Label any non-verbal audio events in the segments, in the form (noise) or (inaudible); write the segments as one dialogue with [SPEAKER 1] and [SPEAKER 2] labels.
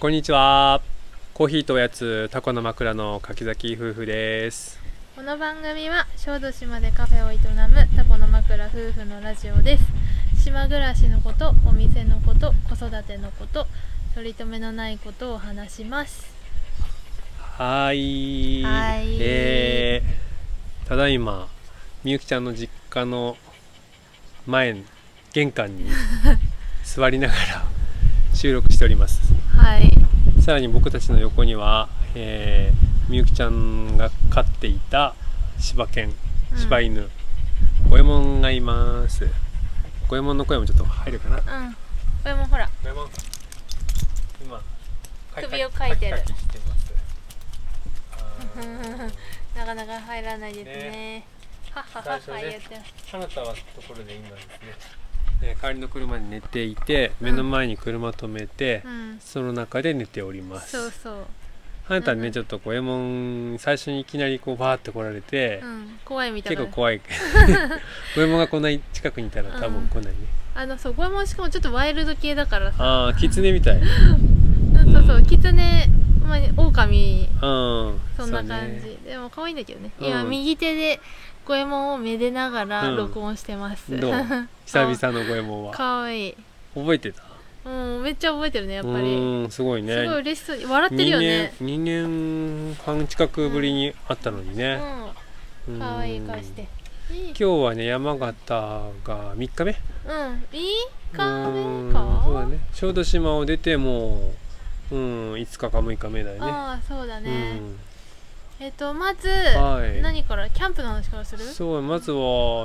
[SPEAKER 1] こんにちは。コーヒーとおやつ、タコの枕の柿崎夫婦です。
[SPEAKER 2] この番組は小豆島でカフェを営むタコの枕夫婦のラジオです島暮らしのことお店のこと子育てのこと取り留めのないことを話します
[SPEAKER 1] はーい。
[SPEAKER 2] はい
[SPEAKER 1] えーただいま、みゆきちゃんの実家の前、玄関
[SPEAKER 2] (laughs)
[SPEAKER 1] に座りながら収録しております。
[SPEAKER 2] はい
[SPEAKER 1] さらに僕たちの横には、えーみゆきちゃんが飼っていた柴犬、
[SPEAKER 2] うん
[SPEAKER 1] 柴犬、五右衛門がいます。五右衛門の声もちょっと入るかな。
[SPEAKER 2] うんこれもほら
[SPEAKER 1] レモン今
[SPEAKER 2] 首をかいてる
[SPEAKER 1] カキカキしてますあー
[SPEAKER 2] (laughs) なかなか入らないですねはっはっはっは
[SPEAKER 1] 最初
[SPEAKER 2] 言っ
[SPEAKER 1] ね
[SPEAKER 2] て
[SPEAKER 1] 花田はところで今ですね、えー、帰りの車に寝ていて目の前に車止めて、
[SPEAKER 2] うん
[SPEAKER 1] その中で寝ております
[SPEAKER 2] そうそう
[SPEAKER 1] 花田ね、
[SPEAKER 2] うん
[SPEAKER 1] ちょっとこうエモン最初にいきなりこうバーって来られて、
[SPEAKER 2] うん怖いみたい
[SPEAKER 1] 結
[SPEAKER 2] な
[SPEAKER 1] 構怖い (laughs) 五右衛門がこんな近くにいたら多分来ないね、
[SPEAKER 2] あのそうこれもしかもちょっとワイルド系だからさ
[SPEAKER 1] ああ狐み
[SPEAKER 2] (laughs)
[SPEAKER 1] たいうん
[SPEAKER 2] うんそうそううんキツネまあ狼そんな
[SPEAKER 1] うね
[SPEAKER 2] 感じ、でも可愛いんだけどね、
[SPEAKER 1] うん
[SPEAKER 2] 今右手で五右衛門をめでながら
[SPEAKER 1] うん
[SPEAKER 2] 録音してます、
[SPEAKER 1] どう久々の五右衛門は
[SPEAKER 2] (laughs) 可愛い
[SPEAKER 1] 覚えてた
[SPEAKER 2] もうんめっちゃ覚えてるねやっぱ
[SPEAKER 1] う
[SPEAKER 2] り、
[SPEAKER 1] ーんすごいね
[SPEAKER 2] すごい嬉しそうに笑ってるよね
[SPEAKER 1] 2年 ,2 年半近くぶりに会ったのにね、
[SPEAKER 2] うん可愛い顔していい
[SPEAKER 1] 今日はね山形が3日目
[SPEAKER 2] うんいい
[SPEAKER 1] う
[SPEAKER 2] 顔
[SPEAKER 1] ん
[SPEAKER 2] い顔
[SPEAKER 1] そうだね小豆島を出てもう、うん、5日か6日目だよね
[SPEAKER 2] ああそうだね、えっ、とまず、
[SPEAKER 1] はい
[SPEAKER 2] 何からキャンプの話からす
[SPEAKER 1] う
[SPEAKER 2] る
[SPEAKER 1] ん、そうまずは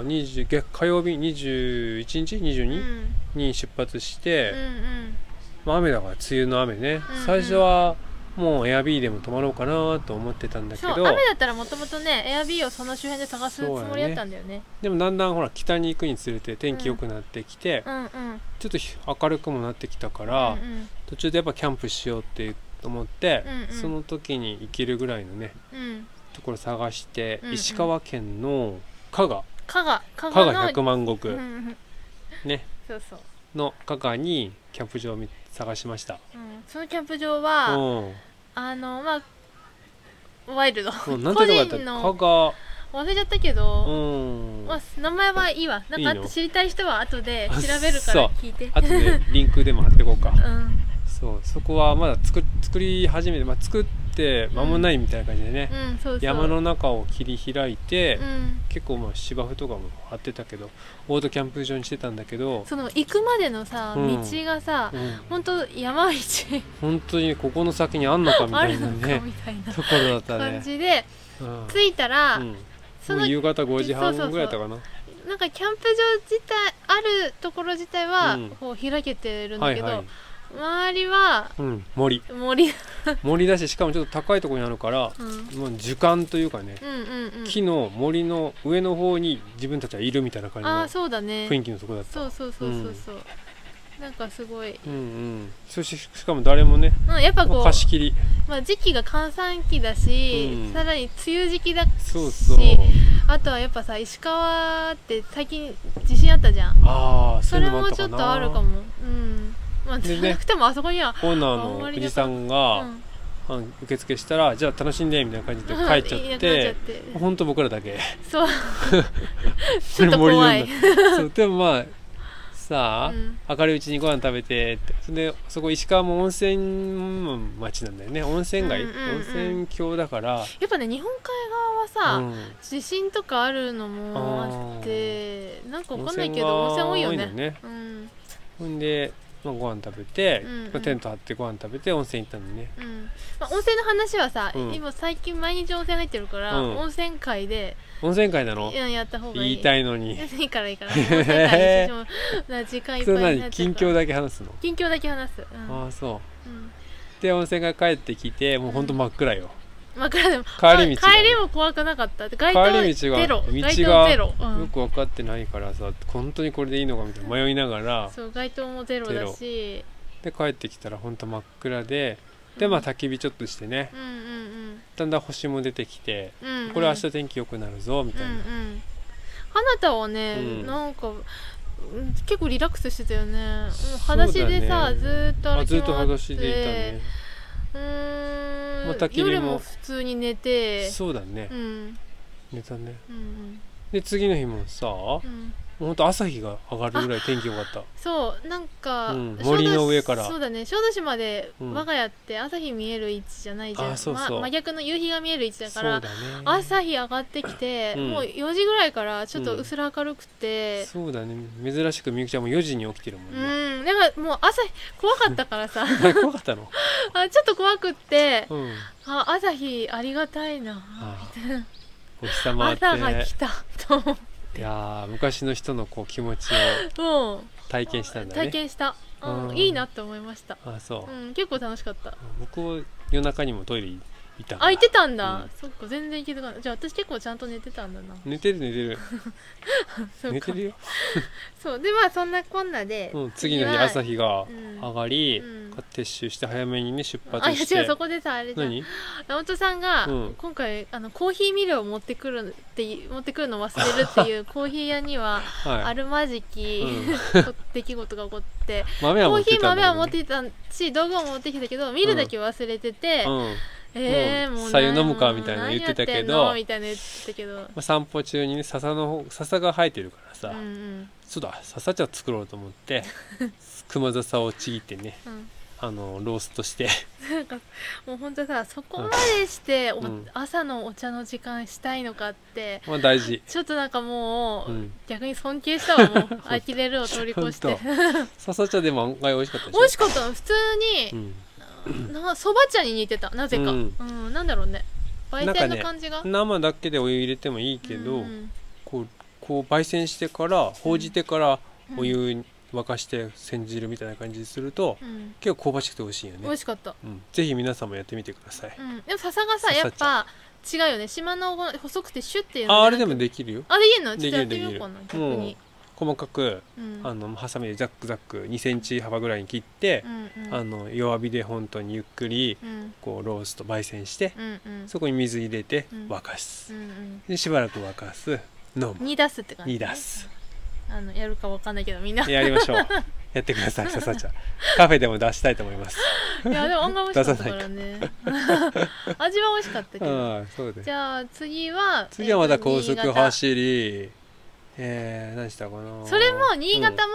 [SPEAKER 1] 20月火曜日21日
[SPEAKER 2] うん、うん
[SPEAKER 1] 22、に出発して、
[SPEAKER 2] うん
[SPEAKER 1] まあ、雨だから梅雨の雨ね、
[SPEAKER 2] うんうん
[SPEAKER 1] 最初はもうエアビーでも泊まろうかなと思ってたんだけ
[SPEAKER 2] そう
[SPEAKER 1] ど
[SPEAKER 2] 雨だったらもともとねエアビーをその周辺で探すつもりだったんだよね
[SPEAKER 1] でもだんだんほら北に行くにつれて天気良くなってきて、
[SPEAKER 2] うんうん
[SPEAKER 1] ちょっとひ明るくもなってきたから、
[SPEAKER 2] うんうん
[SPEAKER 1] 途中でやっぱキャンプしようって思って、
[SPEAKER 2] うんうん
[SPEAKER 1] その時に行けるぐらいのね
[SPEAKER 2] うん
[SPEAKER 1] ところ探して、
[SPEAKER 2] うんうん
[SPEAKER 1] 石川県の加賀
[SPEAKER 2] 加賀加
[SPEAKER 1] 加
[SPEAKER 2] 賀の
[SPEAKER 1] 賀百万石、
[SPEAKER 2] うんうん
[SPEAKER 1] ね
[SPEAKER 2] そうそう、
[SPEAKER 1] の加賀にキャンプ場を見探しました。
[SPEAKER 2] うん、そのキャンプ場は、
[SPEAKER 1] うん、
[SPEAKER 2] あのまあワイルド
[SPEAKER 1] うん、なん
[SPEAKER 2] 個
[SPEAKER 1] てとこだった
[SPEAKER 2] 人
[SPEAKER 1] 加
[SPEAKER 2] の
[SPEAKER 1] 賀、
[SPEAKER 2] 忘れちゃったけ
[SPEAKER 1] う
[SPEAKER 2] ど、
[SPEAKER 1] ん
[SPEAKER 2] ま、あ、名前はいいわな
[SPEAKER 1] い
[SPEAKER 2] んか
[SPEAKER 1] い
[SPEAKER 2] あ
[SPEAKER 1] の
[SPEAKER 2] と知りたい人は後で
[SPEAKER 1] あ
[SPEAKER 2] 調べるか
[SPEAKER 1] そう
[SPEAKER 2] ら聞いて
[SPEAKER 1] あとでリンクでも貼ってこうか。
[SPEAKER 2] うん
[SPEAKER 1] そうそこはまだ作作り始めて、まあ、作って間もないみたいな感じでね、
[SPEAKER 2] うんそうそう
[SPEAKER 1] 山の中を切り開いて、
[SPEAKER 2] うん
[SPEAKER 1] 結構まあ芝生とかも張ってたけどオートキャンプ場にしてたんだけど、
[SPEAKER 2] その行くまでのさ
[SPEAKER 1] う
[SPEAKER 2] 道
[SPEAKER 1] ん
[SPEAKER 2] がさ、
[SPEAKER 1] うん、
[SPEAKER 2] ほんと山道
[SPEAKER 1] 本当にここの先にあんのかみ
[SPEAKER 2] あ
[SPEAKER 1] た
[SPEAKER 2] る
[SPEAKER 1] いな
[SPEAKER 2] のか
[SPEAKER 1] ね
[SPEAKER 2] みたいな
[SPEAKER 1] ところだった
[SPEAKER 2] 感
[SPEAKER 1] ね、
[SPEAKER 2] じで
[SPEAKER 1] うん
[SPEAKER 2] 着いたら、
[SPEAKER 1] うん
[SPEAKER 2] そ
[SPEAKER 1] も
[SPEAKER 2] の
[SPEAKER 1] う夕方5時半
[SPEAKER 2] そうそうそう
[SPEAKER 1] ぐらいだったかな
[SPEAKER 2] なんかキャンプ場自体あるところ自体は、
[SPEAKER 1] うん
[SPEAKER 2] こう開けてるん
[SPEAKER 1] は
[SPEAKER 2] だけ
[SPEAKER 1] い
[SPEAKER 2] ど、
[SPEAKER 1] はい、
[SPEAKER 2] 周りは
[SPEAKER 1] うん、森
[SPEAKER 2] 森、
[SPEAKER 1] 森だししかもちょっと高いところにあるから、
[SPEAKER 2] うん、うん
[SPEAKER 1] もう樹幹というかね、
[SPEAKER 2] うんうん
[SPEAKER 1] 木の森の上の方に自分たちはいるみたいな感じ
[SPEAKER 2] ああ
[SPEAKER 1] の
[SPEAKER 2] そうだね
[SPEAKER 1] 雰囲気のとこだった
[SPEAKER 2] そうそうそうそうそう、なんかすごい、
[SPEAKER 1] うんうんそしてしかも誰もね、
[SPEAKER 2] うん、やっぱ
[SPEAKER 1] ま
[SPEAKER 2] こ
[SPEAKER 1] あ
[SPEAKER 2] う、
[SPEAKER 1] 貸し切り
[SPEAKER 2] まあ、時期が閑散期だし、
[SPEAKER 1] うん
[SPEAKER 2] さらに梅雨時期だし
[SPEAKER 1] そうそう
[SPEAKER 2] あとはやっぱさ石川って最近地震あったじゃん
[SPEAKER 1] ああそ
[SPEAKER 2] そう
[SPEAKER 1] いう
[SPEAKER 2] れ
[SPEAKER 1] のもあっ
[SPEAKER 2] も
[SPEAKER 1] た
[SPEAKER 2] ちょ
[SPEAKER 1] かな
[SPEAKER 2] っとあるかもうんまあ
[SPEAKER 1] でね
[SPEAKER 2] 少なくてもあそこには、
[SPEAKER 1] オーナ
[SPEAKER 2] あんま
[SPEAKER 1] ー
[SPEAKER 2] り
[SPEAKER 1] のお
[SPEAKER 2] な
[SPEAKER 1] じ
[SPEAKER 2] か
[SPEAKER 1] さん
[SPEAKER 2] う
[SPEAKER 1] が、
[SPEAKER 2] ん、
[SPEAKER 1] うん受付したらじゃあ楽しんでみたいな感じで帰っちゃっ
[SPEAKER 2] いなくなっちゃってて
[SPEAKER 1] ほんと僕らだけ
[SPEAKER 2] そう
[SPEAKER 1] (laughs)
[SPEAKER 2] ちょっと怖い
[SPEAKER 1] 森の中
[SPEAKER 2] (laughs)
[SPEAKER 1] そうでもまあさあ、
[SPEAKER 2] うん
[SPEAKER 1] 明るいうちにご飯食べてってそれでそこ石川も温泉町なんだよね温泉街、
[SPEAKER 2] うんうんうん
[SPEAKER 1] 温泉郷だから、
[SPEAKER 2] やっぱね日本海側
[SPEAKER 1] う
[SPEAKER 2] はさ、
[SPEAKER 1] ん、
[SPEAKER 2] 地震とかあるのもあってなんかわかんないけど温
[SPEAKER 1] 温
[SPEAKER 2] 泉
[SPEAKER 1] 泉は
[SPEAKER 2] 多いよ
[SPEAKER 1] 多い
[SPEAKER 2] ね
[SPEAKER 1] のね
[SPEAKER 2] うん
[SPEAKER 1] ほんで、まあ、ご飯食べて、
[SPEAKER 2] うんうん
[SPEAKER 1] まあテント張ってご飯食べて温泉行ったんだね
[SPEAKER 2] うんまあ、温泉の話はさ、
[SPEAKER 1] うん
[SPEAKER 2] 今最近毎日温泉入ってるから、
[SPEAKER 1] うん
[SPEAKER 2] 温泉会で
[SPEAKER 1] 温泉街なの
[SPEAKER 2] うんやった方がい
[SPEAKER 1] 言
[SPEAKER 2] い
[SPEAKER 1] いたいのに
[SPEAKER 2] いいからいいから温泉会にしましょうな時間いっ
[SPEAKER 1] そ
[SPEAKER 2] ぱい
[SPEAKER 1] れ
[SPEAKER 2] になっちゃ
[SPEAKER 1] 何
[SPEAKER 2] う
[SPEAKER 1] 近
[SPEAKER 2] か
[SPEAKER 1] 況
[SPEAKER 2] ら
[SPEAKER 1] だけ話すの、
[SPEAKER 2] 近況だけ話す、うん
[SPEAKER 1] ああそう
[SPEAKER 2] うん
[SPEAKER 1] で温泉が帰ってきてもうほんと真っ暗よ、
[SPEAKER 2] まあ、からでも
[SPEAKER 1] 帰り道がね
[SPEAKER 2] 帰りも怖くなかった街
[SPEAKER 1] 帰り道
[SPEAKER 2] 灯
[SPEAKER 1] が
[SPEAKER 2] ゼロ
[SPEAKER 1] 道が
[SPEAKER 2] 街灯ゼロ、う
[SPEAKER 1] よ
[SPEAKER 2] ん、
[SPEAKER 1] く分かってないからさ本当にこれでいいのかみたいな迷いながら
[SPEAKER 2] そう街灯もゼロだし
[SPEAKER 1] で帰ってきたらほんと真っ暗ででまあ焚き火ちょっとしてね
[SPEAKER 2] うんうん
[SPEAKER 1] だんだん星も出てきて
[SPEAKER 2] うんうん
[SPEAKER 1] これ明日天気良くなるぞみたいな、
[SPEAKER 2] うんうん花田はね、
[SPEAKER 1] うん
[SPEAKER 2] なんかうん結構リラックスしてたよねもう
[SPEAKER 1] そうだ
[SPEAKER 2] 裸
[SPEAKER 1] ね
[SPEAKER 2] 足でさ、ずーっと
[SPEAKER 1] あ
[SPEAKER 2] 歩き
[SPEAKER 1] ずっと
[SPEAKER 2] 回っ
[SPEAKER 1] 裸
[SPEAKER 2] て
[SPEAKER 1] 足でいたね
[SPEAKER 2] うーん、
[SPEAKER 1] まあ焚き火も
[SPEAKER 2] 夜も普通に寝て
[SPEAKER 1] そうだね、
[SPEAKER 2] うん
[SPEAKER 1] 寝たね
[SPEAKER 2] うんうん
[SPEAKER 1] で次の日もさも
[SPEAKER 2] うん
[SPEAKER 1] うほんと朝日が上がるぐらい天気良かった
[SPEAKER 2] そうなんか、
[SPEAKER 1] うん
[SPEAKER 2] 小豆
[SPEAKER 1] 森の上から
[SPEAKER 2] そうだね小豆島で
[SPEAKER 1] うん
[SPEAKER 2] 我が家って朝日見える位置じゃないじゃん、
[SPEAKER 1] あそうそう
[SPEAKER 2] ま真逆の夕日が見える位置だ
[SPEAKER 1] そ
[SPEAKER 2] か
[SPEAKER 1] う
[SPEAKER 2] ら
[SPEAKER 1] だね
[SPEAKER 2] 朝日上がってきて、
[SPEAKER 1] うん
[SPEAKER 2] もう4時ぐらいからちょっとうすら明るくて、
[SPEAKER 1] そうだね珍しくみゆきちゃんも4時に起きてるもん
[SPEAKER 2] う
[SPEAKER 1] ね、
[SPEAKER 2] ん、なんかもう朝日怖かったか
[SPEAKER 1] (laughs)
[SPEAKER 2] らさ
[SPEAKER 1] あれ怖かったの
[SPEAKER 2] あちょっと怖くって
[SPEAKER 1] うん
[SPEAKER 2] あ朝日ありがたいな
[SPEAKER 1] ああお日様って
[SPEAKER 2] 朝が来たと思って
[SPEAKER 1] いやー昔の人のこう気持ちを
[SPEAKER 2] も
[SPEAKER 1] 体験した
[SPEAKER 2] うん
[SPEAKER 1] だね
[SPEAKER 2] 体験した、うん
[SPEAKER 1] うん
[SPEAKER 2] いいなって思いました、
[SPEAKER 1] あそう
[SPEAKER 2] う、ん、結構楽しかった
[SPEAKER 1] 僕は夜中にもトイレ行ったから
[SPEAKER 2] あ、行ってたんだ。
[SPEAKER 1] うん
[SPEAKER 2] そっか、全然気づかない。じゃあ、私結構ちゃんと寝てたんだな。
[SPEAKER 1] 寝てる寝てる
[SPEAKER 2] そうか
[SPEAKER 1] 寝てるよ、
[SPEAKER 2] そう。で、まあ、そんなこんなで。
[SPEAKER 1] うん、次の日朝
[SPEAKER 2] 日
[SPEAKER 1] 日が
[SPEAKER 2] うん
[SPEAKER 1] 上がり、
[SPEAKER 2] うん
[SPEAKER 1] 撤収して早めにね出
[SPEAKER 2] あ、
[SPEAKER 1] 発
[SPEAKER 2] い
[SPEAKER 1] して
[SPEAKER 2] や違う、そこでさ、あれじゃん。
[SPEAKER 1] 何
[SPEAKER 2] 直人さんが、
[SPEAKER 1] うん
[SPEAKER 2] 今回、あの、コーヒーミルを持ってくるってい、持ってくるのを忘れる
[SPEAKER 1] (laughs)
[SPEAKER 2] っていう、コーヒー屋には、
[SPEAKER 1] はい
[SPEAKER 2] あるまじき、 (laughs) 出来事が起こって、
[SPEAKER 1] 豆は
[SPEAKER 2] コ
[SPEAKER 1] 持
[SPEAKER 2] ー
[SPEAKER 1] って
[SPEAKER 2] ヒ
[SPEAKER 1] たんだ
[SPEAKER 2] ー
[SPEAKER 1] け
[SPEAKER 2] 豆
[SPEAKER 1] ど
[SPEAKER 2] は持ってたし、道具も持ってきたけど、ミルだけ忘れてて、
[SPEAKER 1] うんま
[SPEAKER 2] えー、
[SPEAKER 1] うん
[SPEAKER 2] もう何、
[SPEAKER 1] 白湯飲むかみたいな言ってたけど
[SPEAKER 2] 何やってんのみたいな言ってたけど。
[SPEAKER 1] あ、散歩中にね笹の方笹が生えてるからさ、
[SPEAKER 2] うんうん。
[SPEAKER 1] そうだ笹茶作ろうと思って
[SPEAKER 2] (laughs)
[SPEAKER 1] 熊笹をちぎってね
[SPEAKER 2] うん
[SPEAKER 1] あのローストして (laughs)
[SPEAKER 2] なんかもう本当さそこまでして、お
[SPEAKER 1] うん
[SPEAKER 2] 朝のお茶の時間したいのかって
[SPEAKER 1] まあ大事
[SPEAKER 2] ちょっとなんかもう、
[SPEAKER 1] うん
[SPEAKER 2] 逆に尊敬したわも
[SPEAKER 1] (laughs)
[SPEAKER 2] う呆れるを通り越して
[SPEAKER 1] 本
[SPEAKER 2] (laughs)
[SPEAKER 1] 笹茶でも案外美味しかったでしょ
[SPEAKER 2] 美味しかったの普通
[SPEAKER 1] う
[SPEAKER 2] に、
[SPEAKER 1] ん
[SPEAKER 2] なそば茶に似てたなぜ
[SPEAKER 1] う
[SPEAKER 2] か、うんんなんだろうね焙煎
[SPEAKER 1] なんか
[SPEAKER 2] の
[SPEAKER 1] ね
[SPEAKER 2] 感じが、
[SPEAKER 1] 生だけでお湯入れてもいいけど、
[SPEAKER 2] うん
[SPEAKER 1] こうこう焙煎してからほうじてから
[SPEAKER 2] うん
[SPEAKER 1] お湯沸かして煎じるみたいな感じにすると、
[SPEAKER 2] うん
[SPEAKER 1] 結構香ばしくて美味しいよね
[SPEAKER 2] 美味しかった、
[SPEAKER 1] うん、ぜひ皆さんもやってみてください、
[SPEAKER 2] うん、でも笹がさ
[SPEAKER 1] 笹茶
[SPEAKER 2] やっぱ違うよね島の細くてシュッていうの
[SPEAKER 1] ああれでも
[SPEAKER 2] なんか
[SPEAKER 1] できるよ
[SPEAKER 2] あできるのち
[SPEAKER 1] で
[SPEAKER 2] ょ
[SPEAKER 1] き
[SPEAKER 2] っとやっ
[SPEAKER 1] るで
[SPEAKER 2] てみよう
[SPEAKER 1] き
[SPEAKER 2] か
[SPEAKER 1] る
[SPEAKER 2] な逆
[SPEAKER 1] もう
[SPEAKER 2] に、
[SPEAKER 1] 細かく
[SPEAKER 2] うん
[SPEAKER 1] あのハサミでザックザック2センチ幅ぐらいに切って
[SPEAKER 2] う、んうん
[SPEAKER 1] あの弱火で本当にゆっくり
[SPEAKER 2] うん
[SPEAKER 1] こうロースト焙煎して、
[SPEAKER 2] うんうん
[SPEAKER 1] そこに水入れて
[SPEAKER 2] うん
[SPEAKER 1] 沸か
[SPEAKER 2] う
[SPEAKER 1] す、
[SPEAKER 2] んうん
[SPEAKER 1] でしばらく沸かす飲む
[SPEAKER 2] 煮出すって感じ、
[SPEAKER 1] 煮出す
[SPEAKER 2] あのやるかわかんないけどみんない
[SPEAKER 1] やりま
[SPEAKER 2] (laughs)
[SPEAKER 1] しょうやってください笹茶カフェでも出したいと思います
[SPEAKER 2] やでも案外美味しかったからね (laughs) 味は美味しかったけど
[SPEAKER 1] うんそうです
[SPEAKER 2] じゃあ次は
[SPEAKER 1] 次はまた高
[SPEAKER 2] えっと新
[SPEAKER 1] 速
[SPEAKER 2] 潟
[SPEAKER 1] 走りえー、何したかな
[SPEAKER 2] それも新潟も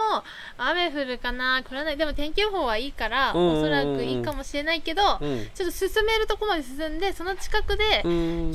[SPEAKER 2] 雨降るかな降らないでも天気予報はいいから
[SPEAKER 1] うんうんうんうん
[SPEAKER 2] おそらくいいかもしれないけどちょっ
[SPEAKER 1] うん、うん
[SPEAKER 2] と進めるとこまで進んでその近くでキ
[SPEAKER 1] キ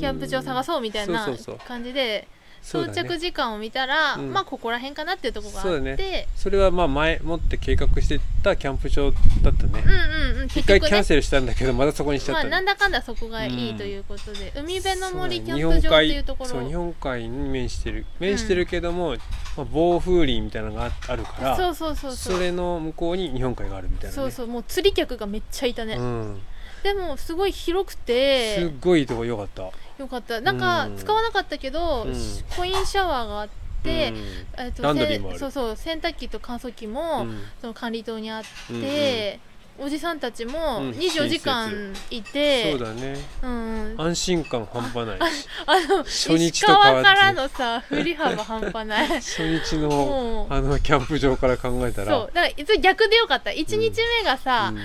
[SPEAKER 2] ャンプ場探そうみたいな
[SPEAKER 1] そうそうそう
[SPEAKER 2] 感じで
[SPEAKER 1] そう
[SPEAKER 2] 到
[SPEAKER 1] だね
[SPEAKER 2] 着時間を見たら
[SPEAKER 1] うん
[SPEAKER 2] まあここら辺かなっていうとこが
[SPEAKER 1] そ
[SPEAKER 2] あ
[SPEAKER 1] う
[SPEAKER 2] っ
[SPEAKER 1] だ
[SPEAKER 2] て
[SPEAKER 1] それはまあ前もって計画してたキャンプ場だったね
[SPEAKER 2] うんうんうん
[SPEAKER 1] 一
[SPEAKER 2] 結
[SPEAKER 1] 回
[SPEAKER 2] 局
[SPEAKER 1] キャ
[SPEAKER 2] ね
[SPEAKER 1] ンセルしたんだけどまたそこにしちゃっ
[SPEAKER 2] まあ
[SPEAKER 1] た
[SPEAKER 2] なん
[SPEAKER 1] ね
[SPEAKER 2] だかんだそこがいいということで、海辺の森キャ
[SPEAKER 1] そう
[SPEAKER 2] ンプ場っ
[SPEAKER 1] だ
[SPEAKER 2] て
[SPEAKER 1] ね
[SPEAKER 2] いうところ
[SPEAKER 1] 日本海そう日
[SPEAKER 2] そ
[SPEAKER 1] 本海に面してる面してるけども、まあ、暴風林みたいなのがあるから
[SPEAKER 2] うそうそうそう
[SPEAKER 1] それの向こうに日本海があるみたいな、ね、
[SPEAKER 2] そうそうもう釣り客がめっちゃいたね、
[SPEAKER 1] うん、
[SPEAKER 2] でもすごい広く
[SPEAKER 1] すってごいとこ良かった、
[SPEAKER 2] よかったなんか
[SPEAKER 1] うん
[SPEAKER 2] 使わなかったけど、
[SPEAKER 1] うん
[SPEAKER 2] コインシャワーがあって、
[SPEAKER 1] う
[SPEAKER 2] えっと
[SPEAKER 1] ランドリーもある
[SPEAKER 2] せそうそう洗濯機と乾燥機
[SPEAKER 1] んう
[SPEAKER 2] も、
[SPEAKER 1] ん
[SPEAKER 2] その管理棟にあって、
[SPEAKER 1] うんうん
[SPEAKER 2] おじさんたちも
[SPEAKER 1] うん
[SPEAKER 2] 24時間いて、
[SPEAKER 1] そう
[SPEAKER 2] うん
[SPEAKER 1] だね
[SPEAKER 2] うん、
[SPEAKER 1] 安心感半端ないし
[SPEAKER 2] あの
[SPEAKER 1] 初日
[SPEAKER 2] 石
[SPEAKER 1] と変わらず
[SPEAKER 2] 川からのさ振り幅半端な
[SPEAKER 1] (laughs)
[SPEAKER 2] い
[SPEAKER 1] 初日
[SPEAKER 2] も
[SPEAKER 1] の
[SPEAKER 2] う
[SPEAKER 1] あのキャンプ場から考えたら
[SPEAKER 2] そうだからそれ逆でよかった1日目がさ、
[SPEAKER 1] うん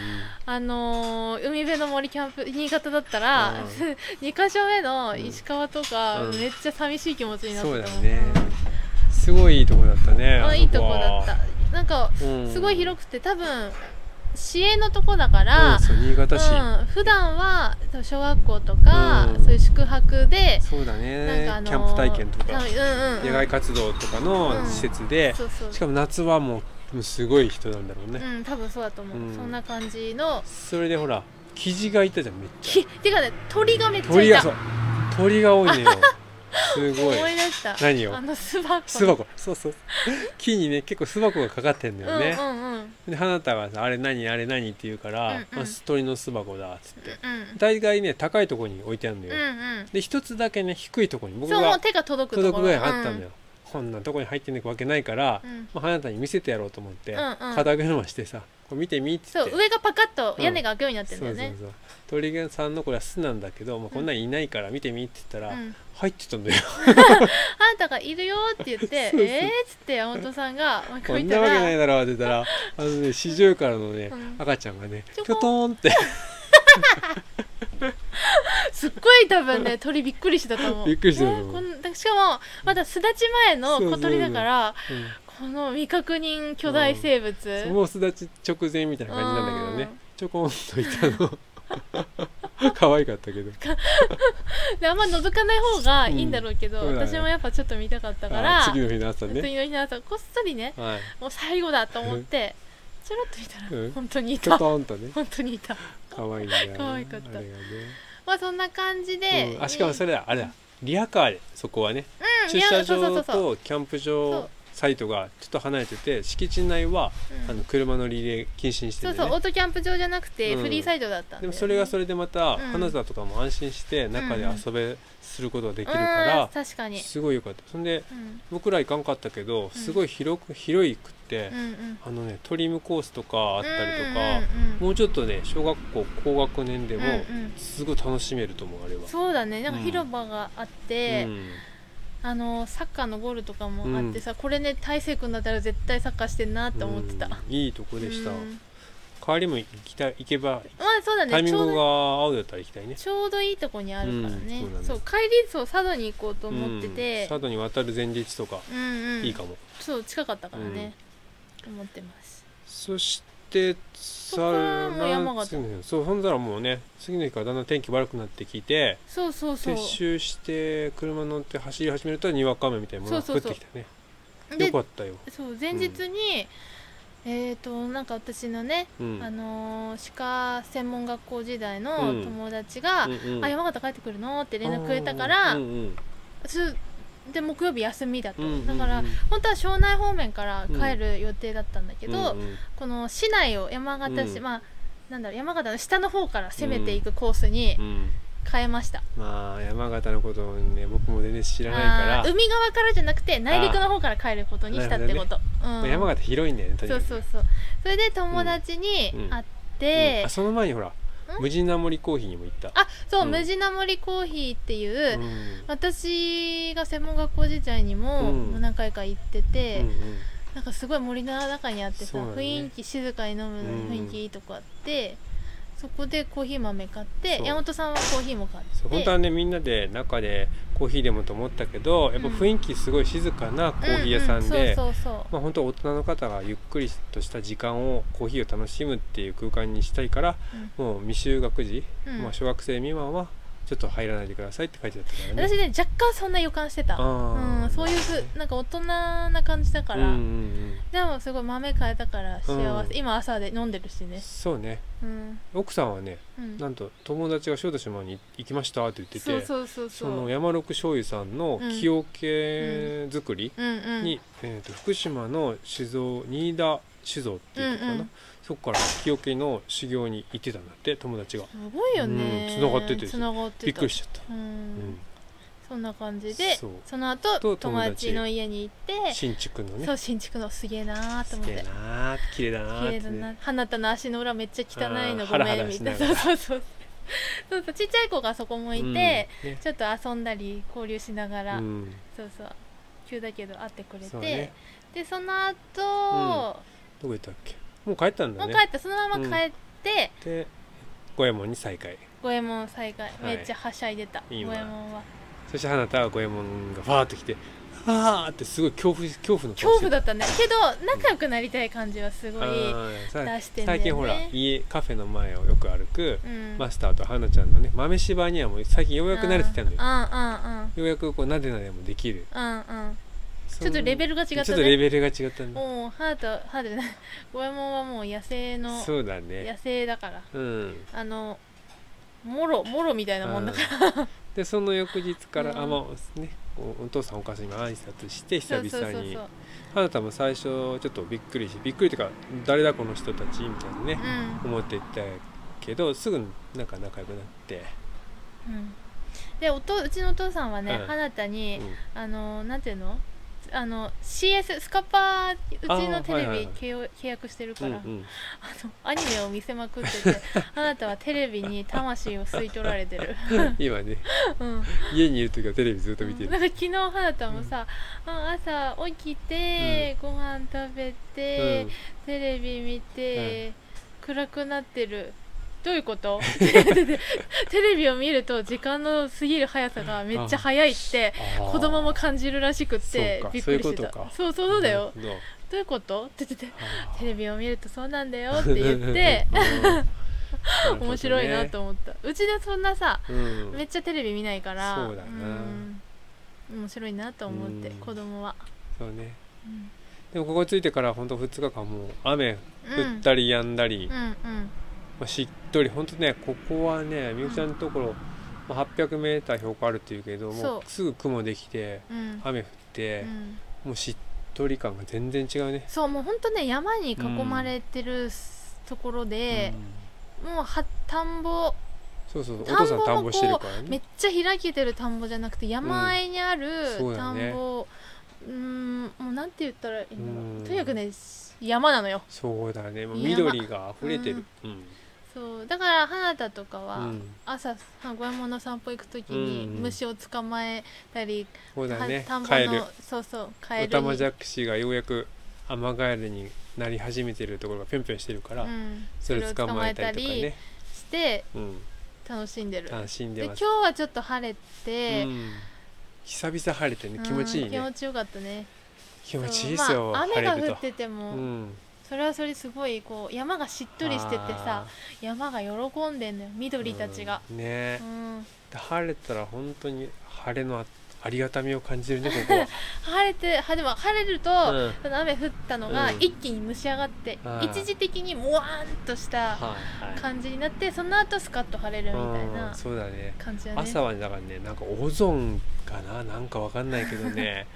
[SPEAKER 2] あのー海辺の森キャンプ新潟だったら、2か所目の石川とか、
[SPEAKER 1] うん
[SPEAKER 2] めっちゃ寂しい気持ちになってた
[SPEAKER 1] そう
[SPEAKER 2] もん
[SPEAKER 1] だねすごいいいとこだったね
[SPEAKER 2] うんあ
[SPEAKER 1] あ
[SPEAKER 2] いいとこだったなんか
[SPEAKER 1] た、うん
[SPEAKER 2] すごい広くて多分市営のとこだから
[SPEAKER 1] うん、そう新潟市、
[SPEAKER 2] うん、普段は多分小学校とか、
[SPEAKER 1] うん
[SPEAKER 2] そういう宿泊で、
[SPEAKER 1] そうだね、
[SPEAKER 2] なんか、あのー
[SPEAKER 1] キャンプ体験とか
[SPEAKER 2] 多分うんうんうん、
[SPEAKER 1] 野外活動とかの施設で、
[SPEAKER 2] そうそう
[SPEAKER 1] しかも夏はもうすごい人なんだろうね、
[SPEAKER 2] うん多分そうだと思う、
[SPEAKER 1] うん
[SPEAKER 2] そんな感じの
[SPEAKER 1] それでほらキジがいたじゃんめっち
[SPEAKER 2] きてかね鳥がめっ
[SPEAKER 1] ゃ
[SPEAKER 2] ちゃ
[SPEAKER 1] 鳥
[SPEAKER 2] いた
[SPEAKER 1] がそう鳥が多いの
[SPEAKER 2] (laughs)
[SPEAKER 1] よすごい
[SPEAKER 2] 思い出した
[SPEAKER 1] (laughs) 何よ
[SPEAKER 2] あの巣箱
[SPEAKER 1] 巣箱そうそう木にね結構巣箱がかかってんだよね
[SPEAKER 2] う、んうんうん
[SPEAKER 1] で花田がさ「あれ何あれ何?」って言うから
[SPEAKER 2] うんうん
[SPEAKER 1] まあ鳥の巣箱だ」っつって
[SPEAKER 2] うん
[SPEAKER 1] 大概ね高いところに置いてあるんだよ、
[SPEAKER 2] うんうん
[SPEAKER 1] で一つだけね低いところに僕
[SPEAKER 2] そうもう
[SPEAKER 1] が
[SPEAKER 2] 手が届くと
[SPEAKER 1] 届
[SPEAKER 2] こ
[SPEAKER 1] く
[SPEAKER 2] ろ
[SPEAKER 1] ぐらいあったんだよ、こんなとこに入ってんわけないから、
[SPEAKER 2] うんうん
[SPEAKER 1] まあ、あなたに見せてやろうと思って、
[SPEAKER 2] うんうん
[SPEAKER 1] 肩車してさ「これ見てみ」って言
[SPEAKER 2] そ
[SPEAKER 1] って
[SPEAKER 2] う上がパカッと屋根が開くようになってるんだ
[SPEAKER 1] そう
[SPEAKER 2] よ
[SPEAKER 1] そう
[SPEAKER 2] ね
[SPEAKER 1] そう鳥さんのこれは巣なんだけど、まあ、こんなんいないから見てみって言った
[SPEAKER 2] う
[SPEAKER 1] ら、
[SPEAKER 2] ん
[SPEAKER 1] 入ってたん
[SPEAKER 2] (laughs)
[SPEAKER 1] だよ
[SPEAKER 2] あんたがいるよって言って
[SPEAKER 1] (laughs) そうそう
[SPEAKER 2] えーっつって山本さんがもう一
[SPEAKER 1] こ
[SPEAKER 2] 回
[SPEAKER 1] ん
[SPEAKER 2] 見
[SPEAKER 1] な
[SPEAKER 2] た
[SPEAKER 1] わけ
[SPEAKER 2] ら
[SPEAKER 1] ないだろうって言ったらあのね四十からのね、
[SPEAKER 2] うん
[SPEAKER 1] 赤ちゃんがね
[SPEAKER 2] ちょ
[SPEAKER 1] ピ
[SPEAKER 2] (laughs) こん
[SPEAKER 1] ョトーンって
[SPEAKER 2] すっごい多分ね鳥びっくりしたと思う
[SPEAKER 1] びっくりしたと思う
[SPEAKER 2] えーこんなしかもまだ巣立ち前の小鳥だから
[SPEAKER 1] うん
[SPEAKER 2] この未確認巨大生物、
[SPEAKER 1] その巣立ち直前みたいな感じなんだけどね
[SPEAKER 2] うん
[SPEAKER 1] ちょこんといた
[SPEAKER 2] (laughs)
[SPEAKER 1] の可愛かったけど
[SPEAKER 2] であんま覗かない方がいいんだろうけど、
[SPEAKER 1] うんそうだね
[SPEAKER 2] 私もやっぱちょっと見たかったか
[SPEAKER 1] あ
[SPEAKER 2] ら
[SPEAKER 1] ー次の日の朝ね、
[SPEAKER 2] 次の日の朝こっそりね
[SPEAKER 1] はい、
[SPEAKER 2] もう最後だと思ってちょろっと見たら、 (laughs)
[SPEAKER 1] うん
[SPEAKER 2] 本当にい
[SPEAKER 1] ちょ
[SPEAKER 2] た
[SPEAKER 1] とんとね
[SPEAKER 2] 本当にいた
[SPEAKER 1] 可愛いんだよね
[SPEAKER 2] 可愛かった
[SPEAKER 1] あれがね、
[SPEAKER 2] まあそんな感じで、
[SPEAKER 1] うん、あしかもそ
[SPEAKER 2] れ、
[SPEAKER 1] れだあれだリアカーでそこはね、
[SPEAKER 2] うん
[SPEAKER 1] 駐車
[SPEAKER 2] いやそうそ
[SPEAKER 1] 場
[SPEAKER 2] うそうそう
[SPEAKER 1] とキャンプ
[SPEAKER 2] そう
[SPEAKER 1] 場サイトがちょっと離れてて敷地内は、
[SPEAKER 2] うん
[SPEAKER 1] あの車のリレー禁止にして
[SPEAKER 2] そ
[SPEAKER 1] る
[SPEAKER 2] うんそ
[SPEAKER 1] だ
[SPEAKER 2] う
[SPEAKER 1] よ
[SPEAKER 2] オ
[SPEAKER 1] ね
[SPEAKER 2] ートキャンプ場じゃなくて
[SPEAKER 1] うん
[SPEAKER 2] フリーサイドだったんだ
[SPEAKER 1] で
[SPEAKER 2] よね
[SPEAKER 1] もそれがそれでまた
[SPEAKER 2] ん
[SPEAKER 1] 金沢とかも安心して中で遊べすることができるか
[SPEAKER 2] うん
[SPEAKER 1] ら
[SPEAKER 2] 確かに
[SPEAKER 1] すごい良かったそんで
[SPEAKER 2] うん
[SPEAKER 1] 僕ら行かんかったけどすごい広く広くて
[SPEAKER 2] うんうん
[SPEAKER 1] あのねトリムコースとかあ
[SPEAKER 2] あ
[SPEAKER 1] ったりとかもうちょっとね小学校高学年でもすごい楽しめると思うあれは。
[SPEAKER 2] そうだねなんか
[SPEAKER 1] うん
[SPEAKER 2] 広場があって、
[SPEAKER 1] うん
[SPEAKER 2] あのサッカーのゴールとかもあってさ、これね大勢君だったら絶対サッカーしてんなって思ってた、
[SPEAKER 1] うんいいとこでした
[SPEAKER 2] うん
[SPEAKER 1] 帰りも行きたい行けば
[SPEAKER 2] まあそうだ
[SPEAKER 1] タイミ
[SPEAKER 2] ね
[SPEAKER 1] ン
[SPEAKER 2] ちょう
[SPEAKER 1] グが
[SPEAKER 2] ど
[SPEAKER 1] 合うだったら行きたいね
[SPEAKER 2] ちょうどいいとこにあるか
[SPEAKER 1] うん
[SPEAKER 2] らね,、
[SPEAKER 1] そうだね
[SPEAKER 2] そう帰りそう佐渡に行こうと思ってて、
[SPEAKER 1] 佐渡に渡る前日とか
[SPEAKER 2] うんうん
[SPEAKER 1] いいかも
[SPEAKER 2] そう近かったからね、思ってます
[SPEAKER 1] そして
[SPEAKER 2] こからも山形
[SPEAKER 1] 次の日そうほんだらもうね次の日からだんだん天気悪くなってきて
[SPEAKER 2] そうそうそう
[SPEAKER 1] 撤収して車乗って走り始めるとにわか雨みたいなものが
[SPEAKER 2] そう
[SPEAKER 1] 降
[SPEAKER 2] そ
[SPEAKER 1] っ
[SPEAKER 2] う
[SPEAKER 1] て
[SPEAKER 2] そう
[SPEAKER 1] きたね
[SPEAKER 2] で
[SPEAKER 1] よかったよ、
[SPEAKER 2] そう前日に、えっ、となんか私のね、
[SPEAKER 1] うん、
[SPEAKER 2] あのー歯科専門学校時代の
[SPEAKER 1] うん
[SPEAKER 2] 友達が「
[SPEAKER 1] うんうん
[SPEAKER 2] あ山形帰ってくるの?」って連絡くれたから、
[SPEAKER 1] うんうん
[SPEAKER 2] すで木曜日休みだと、
[SPEAKER 1] うんうんうん
[SPEAKER 2] だから本当は庄内方面から帰る予定だったんだけど、
[SPEAKER 1] うんうん
[SPEAKER 2] この市内を山形市、
[SPEAKER 1] うん
[SPEAKER 2] まあなんだろう山形の下の方から攻めていくコースに
[SPEAKER 1] うん
[SPEAKER 2] 変えました、
[SPEAKER 1] まあ山形のことをね僕も全然知らないから
[SPEAKER 2] あー海側からじゃなくて内陸の方から帰ることにしたってこと、
[SPEAKER 1] まあ
[SPEAKER 2] うん、
[SPEAKER 1] 山形広いんだよねとにか
[SPEAKER 2] そう
[SPEAKER 1] く
[SPEAKER 2] そうそうそれで友達に会って、
[SPEAKER 1] うんあその前にほら
[SPEAKER 2] ん
[SPEAKER 1] 無人な森コーヒーにも行った
[SPEAKER 2] あそう、
[SPEAKER 1] うん
[SPEAKER 2] 無地な森コーヒーっていう、
[SPEAKER 1] うん
[SPEAKER 2] 私が専門学校時代にも
[SPEAKER 1] うん
[SPEAKER 2] もう何回か行ってて、
[SPEAKER 1] うんうん
[SPEAKER 2] なんかすごい森の中にあってさ、
[SPEAKER 1] そうだね
[SPEAKER 2] 雰囲気静かに飲む
[SPEAKER 1] うん
[SPEAKER 2] 雰囲気いいとこあって、そこでコーヒー豆買って
[SPEAKER 1] そう
[SPEAKER 2] 山本さんはコーヒーも買って
[SPEAKER 1] そう本当はねみんなで中でコーヒーでもと思ったけどやっぱ雰囲気すごい静かなコーヒー屋さん
[SPEAKER 2] うんう
[SPEAKER 1] で、
[SPEAKER 2] そうそうそ
[SPEAKER 1] まあ、本当は大人の方がゆっくりとした時間をコーヒーを楽しむっていう空間にしたいから、もう未就学児、
[SPEAKER 2] う、うん
[SPEAKER 1] まあ、小学生未満はちょっと入らないでくださいって書いてあったからね。
[SPEAKER 2] 私ね若干そんな予感してた、
[SPEAKER 1] あー
[SPEAKER 2] うん、そういうふなんか大人な感じだから、
[SPEAKER 1] うんうん
[SPEAKER 2] でもすごい豆変えたから幸せ、
[SPEAKER 1] うん
[SPEAKER 2] 今朝で飲んでるし
[SPEAKER 1] うん、
[SPEAKER 2] ね
[SPEAKER 1] そうね
[SPEAKER 2] うん、
[SPEAKER 1] 奥さんはね
[SPEAKER 2] うん、
[SPEAKER 1] なんと友達が小豆島に行きましたって言ってて
[SPEAKER 2] そうそうそうそ
[SPEAKER 1] そうの山六醤油さんの
[SPEAKER 2] うん
[SPEAKER 1] 木桶作り
[SPEAKER 2] うんうん
[SPEAKER 1] に、えー、と福島の酒造新田酒造っていうとこかな、
[SPEAKER 2] うんうん
[SPEAKER 1] そこから木桶の修行に行ってたんだって友達が
[SPEAKER 2] すごいよね
[SPEAKER 1] うん繋がってて
[SPEAKER 2] 繋がってた
[SPEAKER 1] びっくりしちゃった、
[SPEAKER 2] うん、
[SPEAKER 1] うん
[SPEAKER 2] そんな感じで
[SPEAKER 1] そ
[SPEAKER 2] そうの後
[SPEAKER 1] と
[SPEAKER 2] 友
[SPEAKER 1] 友達
[SPEAKER 2] 達の家に行って、
[SPEAKER 1] 新築のね
[SPEAKER 2] そう新築のすげえなーと
[SPEAKER 1] す
[SPEAKER 2] 思っ
[SPEAKER 1] げえ
[SPEAKER 2] て
[SPEAKER 1] なー綺麗だな
[SPEAKER 2] 綺
[SPEAKER 1] ー
[SPEAKER 2] 麗
[SPEAKER 1] って、
[SPEAKER 2] だな
[SPEAKER 1] ね、
[SPEAKER 2] 花田の足の裏めっちゃ汚い
[SPEAKER 1] あ
[SPEAKER 2] の
[SPEAKER 1] ー
[SPEAKER 2] ご
[SPEAKER 1] ハラハ
[SPEAKER 2] めん
[SPEAKER 1] ラ
[SPEAKER 2] み
[SPEAKER 1] したないが
[SPEAKER 2] な
[SPEAKER 1] ら
[SPEAKER 2] そうそうそうそうそうちっちゃい子がそこもいて、
[SPEAKER 1] うんね
[SPEAKER 2] ちょっと遊んだり交流しながら、
[SPEAKER 1] うん
[SPEAKER 2] そうそう急だけど会ってくれ
[SPEAKER 1] そ
[SPEAKER 2] て、
[SPEAKER 1] うね
[SPEAKER 2] でその後、
[SPEAKER 1] どこ行ったっけもう帰ったんだ
[SPEAKER 2] もう
[SPEAKER 1] ね
[SPEAKER 2] 帰ったそのまま帰って、
[SPEAKER 1] で五右衛門に再会
[SPEAKER 2] 五右衛門再開、
[SPEAKER 1] い
[SPEAKER 2] めっちゃはしゃいでた
[SPEAKER 1] いい
[SPEAKER 2] 五
[SPEAKER 1] わ
[SPEAKER 2] 右衛門は
[SPEAKER 1] そして花田は五右衛門がファーって来て「あーってすごい恐怖恐怖の
[SPEAKER 2] 恐怖だ
[SPEAKER 1] っ
[SPEAKER 2] ったねけど仲良くなりたい感じはすごい、出してんだよね
[SPEAKER 1] 最近ほら家カフェの前をよく歩く
[SPEAKER 2] うん
[SPEAKER 1] マスターと花ちゃんのね豆柴にはもう最近ようやく慣れてきたんだよ
[SPEAKER 2] う
[SPEAKER 1] ようやくこうなでなでもできる
[SPEAKER 2] んうんうんうんうんちょっとレベ
[SPEAKER 1] ル
[SPEAKER 2] ルが違ったね
[SPEAKER 1] ちょっとレベルが違ったね
[SPEAKER 2] もうハートハートじゃない五右衛門はもう野生の
[SPEAKER 1] そうだ
[SPEAKER 2] 野
[SPEAKER 1] ね
[SPEAKER 2] 生だから
[SPEAKER 1] うん
[SPEAKER 2] あのもろもろみたいなもんだから
[SPEAKER 1] うんでその翌日から、
[SPEAKER 2] うん
[SPEAKER 1] あまあねおお父さんお母さんにも挨拶して久
[SPEAKER 2] (laughs) そうそう
[SPEAKER 1] 々
[SPEAKER 2] そう
[SPEAKER 1] に
[SPEAKER 2] そう
[SPEAKER 1] 花田も最初ちょっとびっくりしびっくりというか誰だこの人たちみたいなね、
[SPEAKER 2] うん
[SPEAKER 1] 思ってたけどすぐなんか仲良くなって、
[SPEAKER 2] うんでおとうちのお父さんはね、
[SPEAKER 1] うん
[SPEAKER 2] 花田に、
[SPEAKER 1] うん
[SPEAKER 2] あのなんていうのあの CS スカパーうちのテレ
[SPEAKER 1] あーはいはい
[SPEAKER 2] ビ
[SPEAKER 1] はい
[SPEAKER 2] 契約契約してるから、
[SPEAKER 1] うんうん
[SPEAKER 2] あのアニメを見せまくって
[SPEAKER 1] (laughs)
[SPEAKER 2] てあなたはテレビに魂を吸い取られてる、
[SPEAKER 1] 今ね
[SPEAKER 2] うん、
[SPEAKER 1] 家にいる時はテレビずっと見て
[SPEAKER 2] な
[SPEAKER 1] る
[SPEAKER 2] んか昨日花田もさ、あ朝起きて、ご飯食べて、テレビ見て、暗くなってるどういうことテレビを見ると時間の過ぎる速さがめっちゃ速いって
[SPEAKER 1] あー
[SPEAKER 2] 子供も感じるらしくって
[SPEAKER 1] そうか
[SPEAKER 2] びっくりして
[SPEAKER 1] そういうこ
[SPEAKER 2] た
[SPEAKER 1] とか
[SPEAKER 2] そうそうそうだよ
[SPEAKER 1] なるほど
[SPEAKER 2] どういうことって言って
[SPEAKER 1] あー
[SPEAKER 2] テレビを見るとそうなんだよって言って
[SPEAKER 1] (laughs) うん
[SPEAKER 2] (laughs) 面白いなと思ったうちでそんなさ
[SPEAKER 1] なるほどねうん
[SPEAKER 2] めっちゃテレビ見ないから
[SPEAKER 1] そうだな
[SPEAKER 2] うん面白いなと思って
[SPEAKER 1] うん
[SPEAKER 2] 子供は、
[SPEAKER 1] そうね
[SPEAKER 2] うん
[SPEAKER 1] でもここに着いてから本当2日間もう雨
[SPEAKER 2] うん
[SPEAKER 1] 降ったりやんだり、
[SPEAKER 2] うんうん
[SPEAKER 1] まあ、しっとり本当ねここはねみゆきちゃんのところ、まあ、800m 標高あるっていうけど
[SPEAKER 2] そ
[SPEAKER 1] も
[SPEAKER 2] う
[SPEAKER 1] うすぐ雲できて
[SPEAKER 2] うん
[SPEAKER 1] 雨降って、
[SPEAKER 2] うん
[SPEAKER 1] もうしっとり感が全然違うね。
[SPEAKER 2] そうもう本当ね山に囲まれてるところで
[SPEAKER 1] う、ん
[SPEAKER 2] もうは田んぼ
[SPEAKER 1] そうそうそう
[SPEAKER 2] 田んぼ
[SPEAKER 1] お父さ
[SPEAKER 2] も
[SPEAKER 1] ん田んぼしてるから
[SPEAKER 2] めっ
[SPEAKER 1] ね。
[SPEAKER 2] ちゃ開けてる田んぼじゃなくて山あいにある
[SPEAKER 1] そう
[SPEAKER 2] 田
[SPEAKER 1] だね
[SPEAKER 2] んぼう,、んもうなんて言ったらいいんだろう、
[SPEAKER 1] うん
[SPEAKER 2] とにかくね山なのよ
[SPEAKER 1] そうだねもう
[SPEAKER 2] 山
[SPEAKER 1] 緑が溢れてる。うん
[SPEAKER 2] そうだから花田とか
[SPEAKER 1] う
[SPEAKER 2] は、
[SPEAKER 1] ん、
[SPEAKER 2] 朝さ小山の散歩行く時に
[SPEAKER 1] うん
[SPEAKER 2] 虫を捕まえたり、
[SPEAKER 1] そうだね
[SPEAKER 2] は田んぼ
[SPEAKER 1] カエル
[SPEAKER 2] のそうそうカエ
[SPEAKER 1] オ
[SPEAKER 2] ル
[SPEAKER 1] タ
[SPEAKER 2] に
[SPEAKER 1] マジャクシがようやくアマガエルになり始めてるところがぴょんぴょんしてるから、
[SPEAKER 2] うん、
[SPEAKER 1] それ捕まえたりとかね、
[SPEAKER 2] して
[SPEAKER 1] うん、
[SPEAKER 2] 楽しんでる
[SPEAKER 1] 楽しん
[SPEAKER 2] で
[SPEAKER 1] で
[SPEAKER 2] 今
[SPEAKER 1] ます
[SPEAKER 2] 日はちょっと晴れて
[SPEAKER 1] う、ん、久々晴れてね気持ちいいね、
[SPEAKER 2] うん気持ちよかったね
[SPEAKER 1] 気持ちいいです
[SPEAKER 2] そ
[SPEAKER 1] よ、
[SPEAKER 2] うまあ雨
[SPEAKER 1] 晴れ
[SPEAKER 2] が
[SPEAKER 1] る
[SPEAKER 2] 降
[SPEAKER 1] と
[SPEAKER 2] ってても、
[SPEAKER 1] うん
[SPEAKER 2] それはそれですごいこう山がしっとりしてて
[SPEAKER 1] あ
[SPEAKER 2] さ
[SPEAKER 1] ー
[SPEAKER 2] 山が喜んでんのよ緑たちが、
[SPEAKER 1] うんね
[SPEAKER 2] うん
[SPEAKER 1] で晴れたら本当に晴れのあありがたみを感じるねここは
[SPEAKER 2] 晴れてはでも晴れると、
[SPEAKER 1] うん
[SPEAKER 2] その雨降ったのが
[SPEAKER 1] うん
[SPEAKER 2] 一気に蒸し上がって、
[SPEAKER 1] あー
[SPEAKER 2] 一時的にもわーんとした
[SPEAKER 1] はいはい
[SPEAKER 2] 感じになってその後スカッと晴れるみたい
[SPEAKER 1] うん
[SPEAKER 2] な
[SPEAKER 1] そうだね
[SPEAKER 2] 感じだね
[SPEAKER 1] 朝はだからねなんかオゾンかななんかわかんないけどね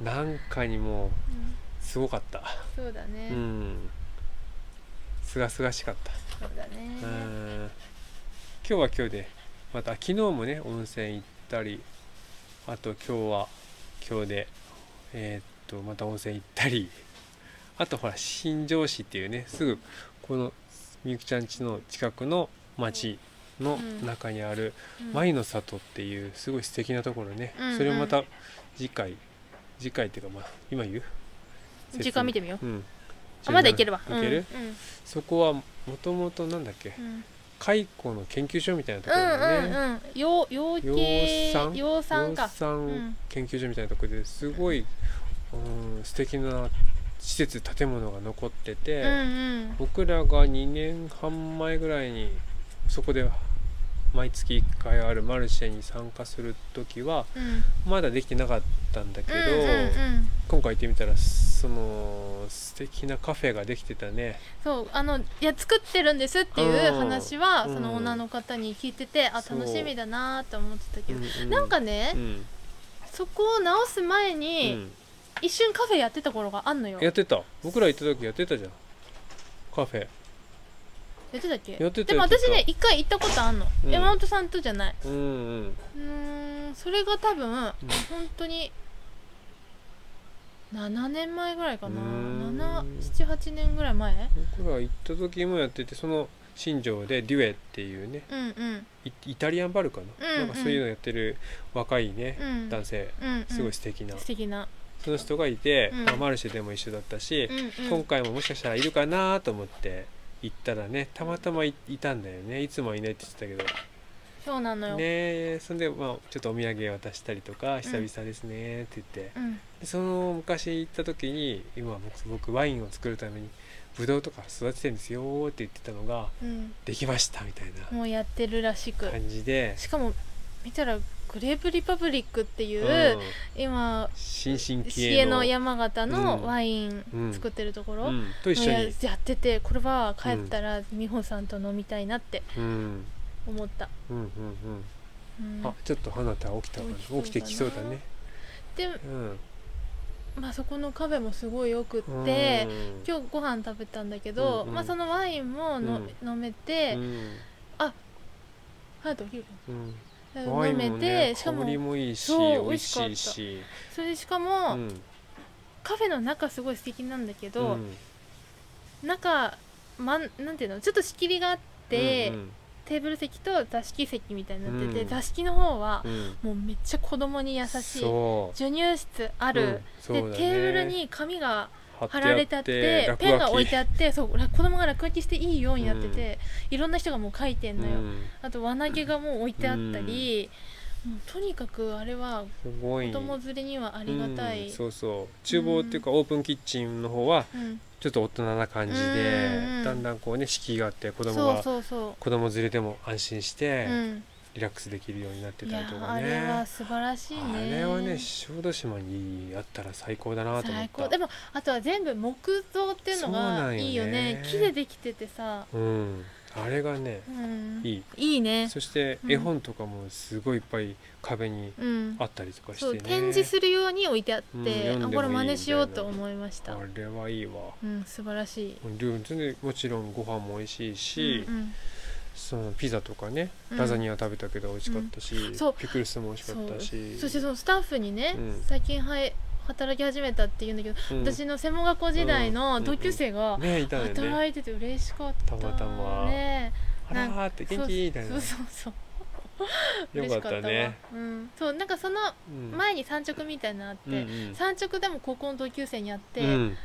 [SPEAKER 1] なんかにもう
[SPEAKER 2] うん
[SPEAKER 1] すごかった
[SPEAKER 2] そうだね、
[SPEAKER 1] うんすがすがしかっ
[SPEAKER 2] そうだね、
[SPEAKER 1] た、うん今日は今日でまた昨日もね温泉行ったりあと今日は今日でえーっとまた温泉行ったりあとほら新庄市っていうねすぐこのみゆきちゃん家の近くの町の中にある
[SPEAKER 2] うん
[SPEAKER 1] 舞の里っていうすごい素敵なところね、
[SPEAKER 2] うん
[SPEAKER 1] それをまた次回次回っていうかまあ今言う
[SPEAKER 2] 時間見てみよう
[SPEAKER 1] う、うん、
[SPEAKER 2] あまだいけるわ
[SPEAKER 1] いける、
[SPEAKER 2] うんうん
[SPEAKER 1] そこはもともとなんだっけ
[SPEAKER 2] うん
[SPEAKER 1] 蚕の研究所みたいなところ
[SPEAKER 2] う
[SPEAKER 1] だ
[SPEAKER 2] ん
[SPEAKER 1] ね、
[SPEAKER 2] うんうん養養
[SPEAKER 1] 養蚕
[SPEAKER 2] 鶏養蚕か
[SPEAKER 1] 養蚕研究所みたいなところですごい、うん、素敵な施設建物が残ってて、
[SPEAKER 2] うんうん
[SPEAKER 1] 僕らが2年半前ぐらいにそこで毎月1回あるマルシェに参加する時は
[SPEAKER 2] うん
[SPEAKER 1] まだできてなかったんだけど、
[SPEAKER 2] うんうんうん
[SPEAKER 1] 今回行ってみたらその素敵なカフェができてたね
[SPEAKER 2] そうあのいや作ってるんですっていう話は、
[SPEAKER 1] うん
[SPEAKER 2] その女の方に聞いててあ
[SPEAKER 1] そう
[SPEAKER 2] 楽しみだなと思ってたけど、
[SPEAKER 1] うう
[SPEAKER 2] なんかね、
[SPEAKER 1] うん
[SPEAKER 2] そこを直す前
[SPEAKER 1] う
[SPEAKER 2] に、
[SPEAKER 1] ん
[SPEAKER 2] 一瞬カフェやってた頃があんのよ
[SPEAKER 1] やってた僕ら行った時やってたじゃんカフェ
[SPEAKER 2] やってたっけ
[SPEAKER 1] やってた
[SPEAKER 2] でも
[SPEAKER 1] やってた
[SPEAKER 2] 私ね一回行ったことあんの、
[SPEAKER 1] うん
[SPEAKER 2] 山本さんとじゃない
[SPEAKER 1] うんうん
[SPEAKER 2] うーんそれが多分、本当に7年前ぐらいかな
[SPEAKER 1] うーん
[SPEAKER 2] 778年ぐらい前
[SPEAKER 1] 僕ら行った時もやっててその新庄でデュエっていうね
[SPEAKER 2] うんうん
[SPEAKER 1] イイタリアンバルかな、
[SPEAKER 2] うんう
[SPEAKER 1] な
[SPEAKER 2] ん
[SPEAKER 1] んかそういうのやってる若いね
[SPEAKER 2] う、ん
[SPEAKER 1] 男性
[SPEAKER 2] うんうん
[SPEAKER 1] すごい素敵な、
[SPEAKER 2] 素敵な
[SPEAKER 1] その人がいて、
[SPEAKER 2] うん
[SPEAKER 1] まあマルシェでも一緒だったし、
[SPEAKER 2] うんう
[SPEAKER 1] 今
[SPEAKER 2] ん
[SPEAKER 1] 回ももしかしたらいるかなと思って行ったらねたまたまいいたんだよねいつもはいないって言ってたけ
[SPEAKER 2] そうなの
[SPEAKER 1] ど
[SPEAKER 2] よ、
[SPEAKER 1] ねえそんで、まあ、ちょっとお土産渡したりとか久々ですねって言って、
[SPEAKER 2] うん
[SPEAKER 1] でその昔行った時に今僕僕ワインを作るためにブドウとか育ててるんですよって言ってたのが
[SPEAKER 2] うん
[SPEAKER 1] できましたみたいな
[SPEAKER 2] もうやってるらしく、
[SPEAKER 1] 感じで、
[SPEAKER 2] しかも見たらグレープリパブリックっていう、
[SPEAKER 1] うん
[SPEAKER 2] 今
[SPEAKER 1] 新進
[SPEAKER 2] シ
[SPEAKER 1] 気鋭
[SPEAKER 2] エ
[SPEAKER 1] の
[SPEAKER 2] の山形の
[SPEAKER 1] うん
[SPEAKER 2] ワイン
[SPEAKER 1] うん
[SPEAKER 2] 作ってるところ、
[SPEAKER 1] うん、と一緒
[SPEAKER 2] や
[SPEAKER 1] に、
[SPEAKER 2] やっててこれは帰ったら美穂さんと飲みたいなって
[SPEAKER 1] うん、
[SPEAKER 2] 思った、
[SPEAKER 1] うんうんうん
[SPEAKER 2] うん
[SPEAKER 1] あちょっと花田起きたかな
[SPEAKER 2] 起きそうだな
[SPEAKER 1] 起きてきそうだね
[SPEAKER 2] で、
[SPEAKER 1] うん
[SPEAKER 2] まあ、そこのカフェもすごいよく
[SPEAKER 1] うん
[SPEAKER 2] って、今日ご飯食べたんだけ
[SPEAKER 1] う
[SPEAKER 2] ど、
[SPEAKER 1] んうん
[SPEAKER 2] まあ、そのワインもの、
[SPEAKER 1] う
[SPEAKER 2] 飲めて、
[SPEAKER 1] うん
[SPEAKER 2] ハート切る
[SPEAKER 1] うんワイ
[SPEAKER 2] 飲
[SPEAKER 1] ン
[SPEAKER 2] め
[SPEAKER 1] も
[SPEAKER 2] て、
[SPEAKER 1] ね
[SPEAKER 2] しか
[SPEAKER 1] 香
[SPEAKER 2] も
[SPEAKER 1] りもいいし
[SPEAKER 2] そう
[SPEAKER 1] 美味しいし
[SPEAKER 2] それでしかも、
[SPEAKER 1] うん
[SPEAKER 2] カフェの中すごい素敵なんだけ
[SPEAKER 1] う
[SPEAKER 2] ど、
[SPEAKER 1] ん
[SPEAKER 2] 中、まん、なんていうのちょっと仕切りがあって、
[SPEAKER 1] うん
[SPEAKER 2] テーブル席と座敷席みたいになってて、
[SPEAKER 1] うん
[SPEAKER 2] 座敷の方は
[SPEAKER 1] う、ん
[SPEAKER 2] もうめっちゃ子供に優しい
[SPEAKER 1] そう
[SPEAKER 2] 授乳室ある、
[SPEAKER 1] うんそうだね
[SPEAKER 2] でテーブルに紙が
[SPEAKER 1] 貼って
[SPEAKER 2] 貼られて
[SPEAKER 1] あ
[SPEAKER 2] あ
[SPEAKER 1] っ
[SPEAKER 2] ってて
[SPEAKER 1] 落
[SPEAKER 2] ペンが置
[SPEAKER 1] 書
[SPEAKER 2] い
[SPEAKER 1] き
[SPEAKER 2] てあってそうら子供が落書きしていいようになってて、いろんな人がもう書いてんのよ、
[SPEAKER 1] うん
[SPEAKER 2] あと輪投げがもう置いてあったり、もうとにかくあれは
[SPEAKER 1] すごい
[SPEAKER 2] 子供連れにはありがた
[SPEAKER 1] う
[SPEAKER 2] い、
[SPEAKER 1] ん
[SPEAKER 2] う
[SPEAKER 1] そうそう厨房っていうかオープンキッチンの方は
[SPEAKER 2] ん
[SPEAKER 1] ちょっと大人な感じで、
[SPEAKER 2] うん
[SPEAKER 1] だんだんこうね敷居があって子供
[SPEAKER 2] そう
[SPEAKER 1] が
[SPEAKER 2] そうそ
[SPEAKER 1] 子供連れても安心し
[SPEAKER 2] う、
[SPEAKER 1] て
[SPEAKER 2] うん、
[SPEAKER 1] リラックスできるようになって
[SPEAKER 2] い
[SPEAKER 1] たり
[SPEAKER 2] や
[SPEAKER 1] とか
[SPEAKER 2] あ
[SPEAKER 1] ね、
[SPEAKER 2] れは素晴らしいね
[SPEAKER 1] あれはね小豆島にあったら最高だなと思
[SPEAKER 2] 最
[SPEAKER 1] っ
[SPEAKER 2] 高
[SPEAKER 1] た
[SPEAKER 2] でもあとは全部木造っていうの
[SPEAKER 1] そうな
[SPEAKER 2] が
[SPEAKER 1] んよね
[SPEAKER 2] いいよね木でできててさ、
[SPEAKER 1] うんあれがね
[SPEAKER 2] うん、
[SPEAKER 1] いい
[SPEAKER 2] いいね
[SPEAKER 1] そして
[SPEAKER 2] うん
[SPEAKER 1] 絵本とかもすごいいっぱい壁に
[SPEAKER 2] うん
[SPEAKER 1] あったりとかして
[SPEAKER 2] そ
[SPEAKER 1] ね、
[SPEAKER 2] う展示するように置いてあって、
[SPEAKER 1] うん読んでもいい
[SPEAKER 2] あこれ真似しようと思いました
[SPEAKER 1] あれはいいわ
[SPEAKER 2] うん素晴らしい
[SPEAKER 1] 料理でもちろんご飯も美味しいし、
[SPEAKER 2] うん
[SPEAKER 1] そのピザとかね
[SPEAKER 2] うん
[SPEAKER 1] ラザニア食べたけど美味しかったし、
[SPEAKER 2] んそう
[SPEAKER 1] ピクルスも美味しかった
[SPEAKER 2] うん
[SPEAKER 1] し
[SPEAKER 2] そしてそのスタッフにね、
[SPEAKER 1] うん
[SPEAKER 2] 最近はい働き始めたって言うんだけど、
[SPEAKER 1] うん
[SPEAKER 2] 私の専門学校時代の同級生が
[SPEAKER 1] ねいたよね
[SPEAKER 2] 働いてて嬉しかった、ね、
[SPEAKER 1] たまたまあらーって元気みたいな
[SPEAKER 2] そうそうそう
[SPEAKER 1] よかった
[SPEAKER 2] 嬉し
[SPEAKER 1] ね
[SPEAKER 2] かわうん、そうなんかその
[SPEAKER 1] うん
[SPEAKER 2] 前に産直みたいなのあって、
[SPEAKER 1] うんうん
[SPEAKER 2] 産直でも高校の同級生に会って、
[SPEAKER 1] うん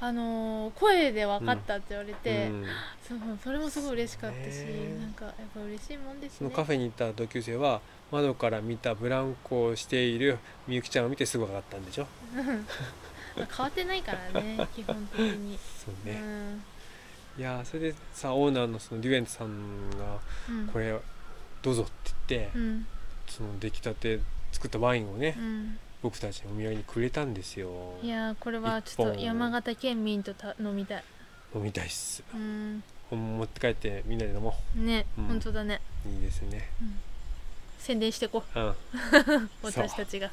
[SPEAKER 2] あのー声で分かったって言われて、
[SPEAKER 1] うん
[SPEAKER 2] そうそれもすごい嬉しかったし、
[SPEAKER 1] そうね
[SPEAKER 2] なんかやっぱ嬉しいもんです
[SPEAKER 1] そ
[SPEAKER 2] ね
[SPEAKER 1] のカフェに行った同級生は窓から見たブランコをしているみゆきちゃんを見てすごかったんでしょ
[SPEAKER 2] まあ変わってないからね基本的に、
[SPEAKER 1] そう
[SPEAKER 2] う
[SPEAKER 1] (laughs) ね、
[SPEAKER 2] ん
[SPEAKER 1] いやーそれでさオーナーのそのデュエントさんが
[SPEAKER 2] うん
[SPEAKER 1] 「これどうぞ」って言って、
[SPEAKER 2] うん
[SPEAKER 1] その出来たて作ったワインをね、
[SPEAKER 2] うん
[SPEAKER 1] 僕たちにお土産にくれたんですよ
[SPEAKER 2] いやーこれはちょっと
[SPEAKER 1] 一本
[SPEAKER 2] 山形県民とた飲みたい
[SPEAKER 1] 飲みたいっす
[SPEAKER 2] うん
[SPEAKER 1] ほん持って帰ってみんなで飲も
[SPEAKER 2] ね、
[SPEAKER 1] うん
[SPEAKER 2] 本当だね
[SPEAKER 1] ういいですね
[SPEAKER 2] 宣伝してこ
[SPEAKER 1] うん
[SPEAKER 2] う
[SPEAKER 1] そう
[SPEAKER 2] 私たちが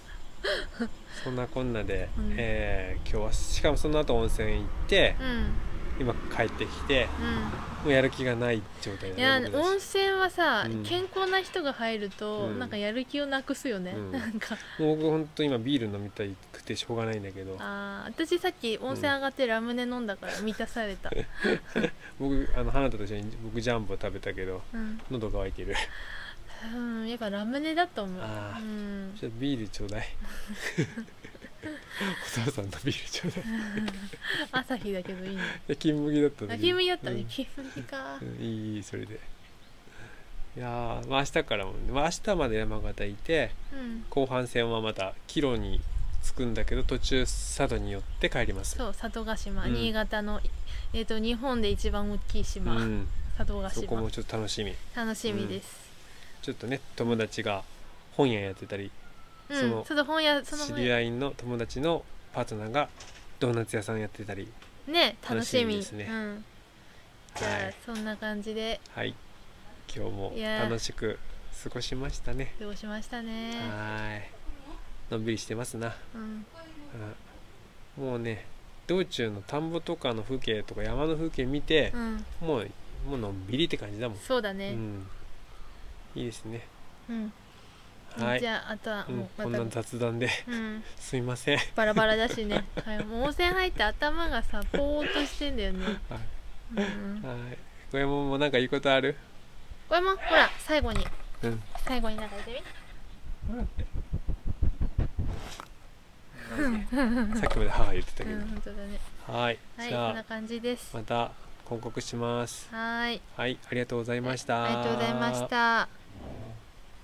[SPEAKER 1] そんなこんなで、
[SPEAKER 2] うん
[SPEAKER 1] えー今日はしかもその後温泉行って
[SPEAKER 2] うんうん
[SPEAKER 1] 今帰ってきてもうやる気がない状態
[SPEAKER 2] いや
[SPEAKER 1] だね僕たち
[SPEAKER 2] 温泉はさ、
[SPEAKER 1] うん
[SPEAKER 2] 健康な人が入ると、
[SPEAKER 1] うん
[SPEAKER 2] なんかやる気をなくすよね、
[SPEAKER 1] うん
[SPEAKER 2] なんか
[SPEAKER 1] もう僕本当今ビール飲みたくてしょうがないんだけど
[SPEAKER 2] あー私さっき温泉上がってラムネ飲んだから満たさ
[SPEAKER 1] (laughs)
[SPEAKER 2] れた、
[SPEAKER 1] 僕あの花田と一緒に僕ジャンボ食べたけど
[SPEAKER 2] うん
[SPEAKER 1] 喉乾い
[SPEAKER 2] (laughs)
[SPEAKER 1] てる
[SPEAKER 2] うん、やっぱラムネだと思う
[SPEAKER 1] あー
[SPEAKER 2] うん
[SPEAKER 1] ちょっとビールちょう
[SPEAKER 2] (laughs)
[SPEAKER 1] だいお父さんのビールちょうだい
[SPEAKER 2] 朝日だけどいいね
[SPEAKER 1] で金麦だった
[SPEAKER 2] あ金麦だった
[SPEAKER 1] う
[SPEAKER 2] ね
[SPEAKER 1] ん
[SPEAKER 2] 金麦か
[SPEAKER 1] うんいいいいそれでいやーまあ明日からも、まあ、明日まで山形いて
[SPEAKER 2] うん
[SPEAKER 1] 後半戦はまた帰路に着くんだけど途中佐渡に寄って帰ります
[SPEAKER 2] そう佐渡島、
[SPEAKER 1] うん
[SPEAKER 2] 新潟のえっ、と日本で一番大きい島、
[SPEAKER 1] うん、
[SPEAKER 2] 佐渡
[SPEAKER 1] そこ
[SPEAKER 2] 島
[SPEAKER 1] もちょっと楽しみ
[SPEAKER 2] 楽しみです、
[SPEAKER 1] ちょっとね友達が本屋やってたり
[SPEAKER 2] う
[SPEAKER 1] うんん
[SPEAKER 2] そ
[SPEAKER 1] その
[SPEAKER 2] の本屋その
[SPEAKER 1] 知
[SPEAKER 2] 本
[SPEAKER 1] り
[SPEAKER 2] 屋
[SPEAKER 1] 合いの友達のパートナーがドーナツ屋さんやってたり
[SPEAKER 2] ね楽しみ
[SPEAKER 1] 楽しみですね
[SPEAKER 2] うん、じゃあ、
[SPEAKER 1] はい、
[SPEAKER 2] そんな感じで
[SPEAKER 1] はい、今日も
[SPEAKER 2] いやー
[SPEAKER 1] 楽しく過ごしましたね
[SPEAKER 2] 過ごしました
[SPEAKER 1] は
[SPEAKER 2] ね
[SPEAKER 1] ーいのんびりしてますな
[SPEAKER 2] うん
[SPEAKER 1] うんもうね道中の田んぼとかの風景とか山の風景見て
[SPEAKER 2] う、ん
[SPEAKER 1] もうもうのんびりって感じだもん、
[SPEAKER 2] そうだ
[SPEAKER 1] う
[SPEAKER 2] ね
[SPEAKER 1] ん、いいですね
[SPEAKER 2] うん、
[SPEAKER 1] はい
[SPEAKER 2] じゃああとは
[SPEAKER 1] うん
[SPEAKER 2] もうまた、
[SPEAKER 1] こんな雑談で (laughs)
[SPEAKER 2] うん
[SPEAKER 1] すいません
[SPEAKER 2] バラバラだしね、はい、もう温泉入って頭がさポーっとしてんだよね、
[SPEAKER 1] (laughs) はい
[SPEAKER 2] うん、
[SPEAKER 1] はい小山もなんかいいことある
[SPEAKER 2] これもほら最後に
[SPEAKER 1] うん
[SPEAKER 2] 最後になんか言って
[SPEAKER 1] さっきまで母が言ってたけど
[SPEAKER 2] みう、ん本当だね
[SPEAKER 1] はい
[SPEAKER 2] はい
[SPEAKER 1] じ
[SPEAKER 2] こ
[SPEAKER 1] ゃ
[SPEAKER 2] んな
[SPEAKER 1] あ
[SPEAKER 2] 感じですは
[SPEAKER 1] また報告します
[SPEAKER 2] ーい
[SPEAKER 1] はいありがとうございました
[SPEAKER 2] ありがとうございました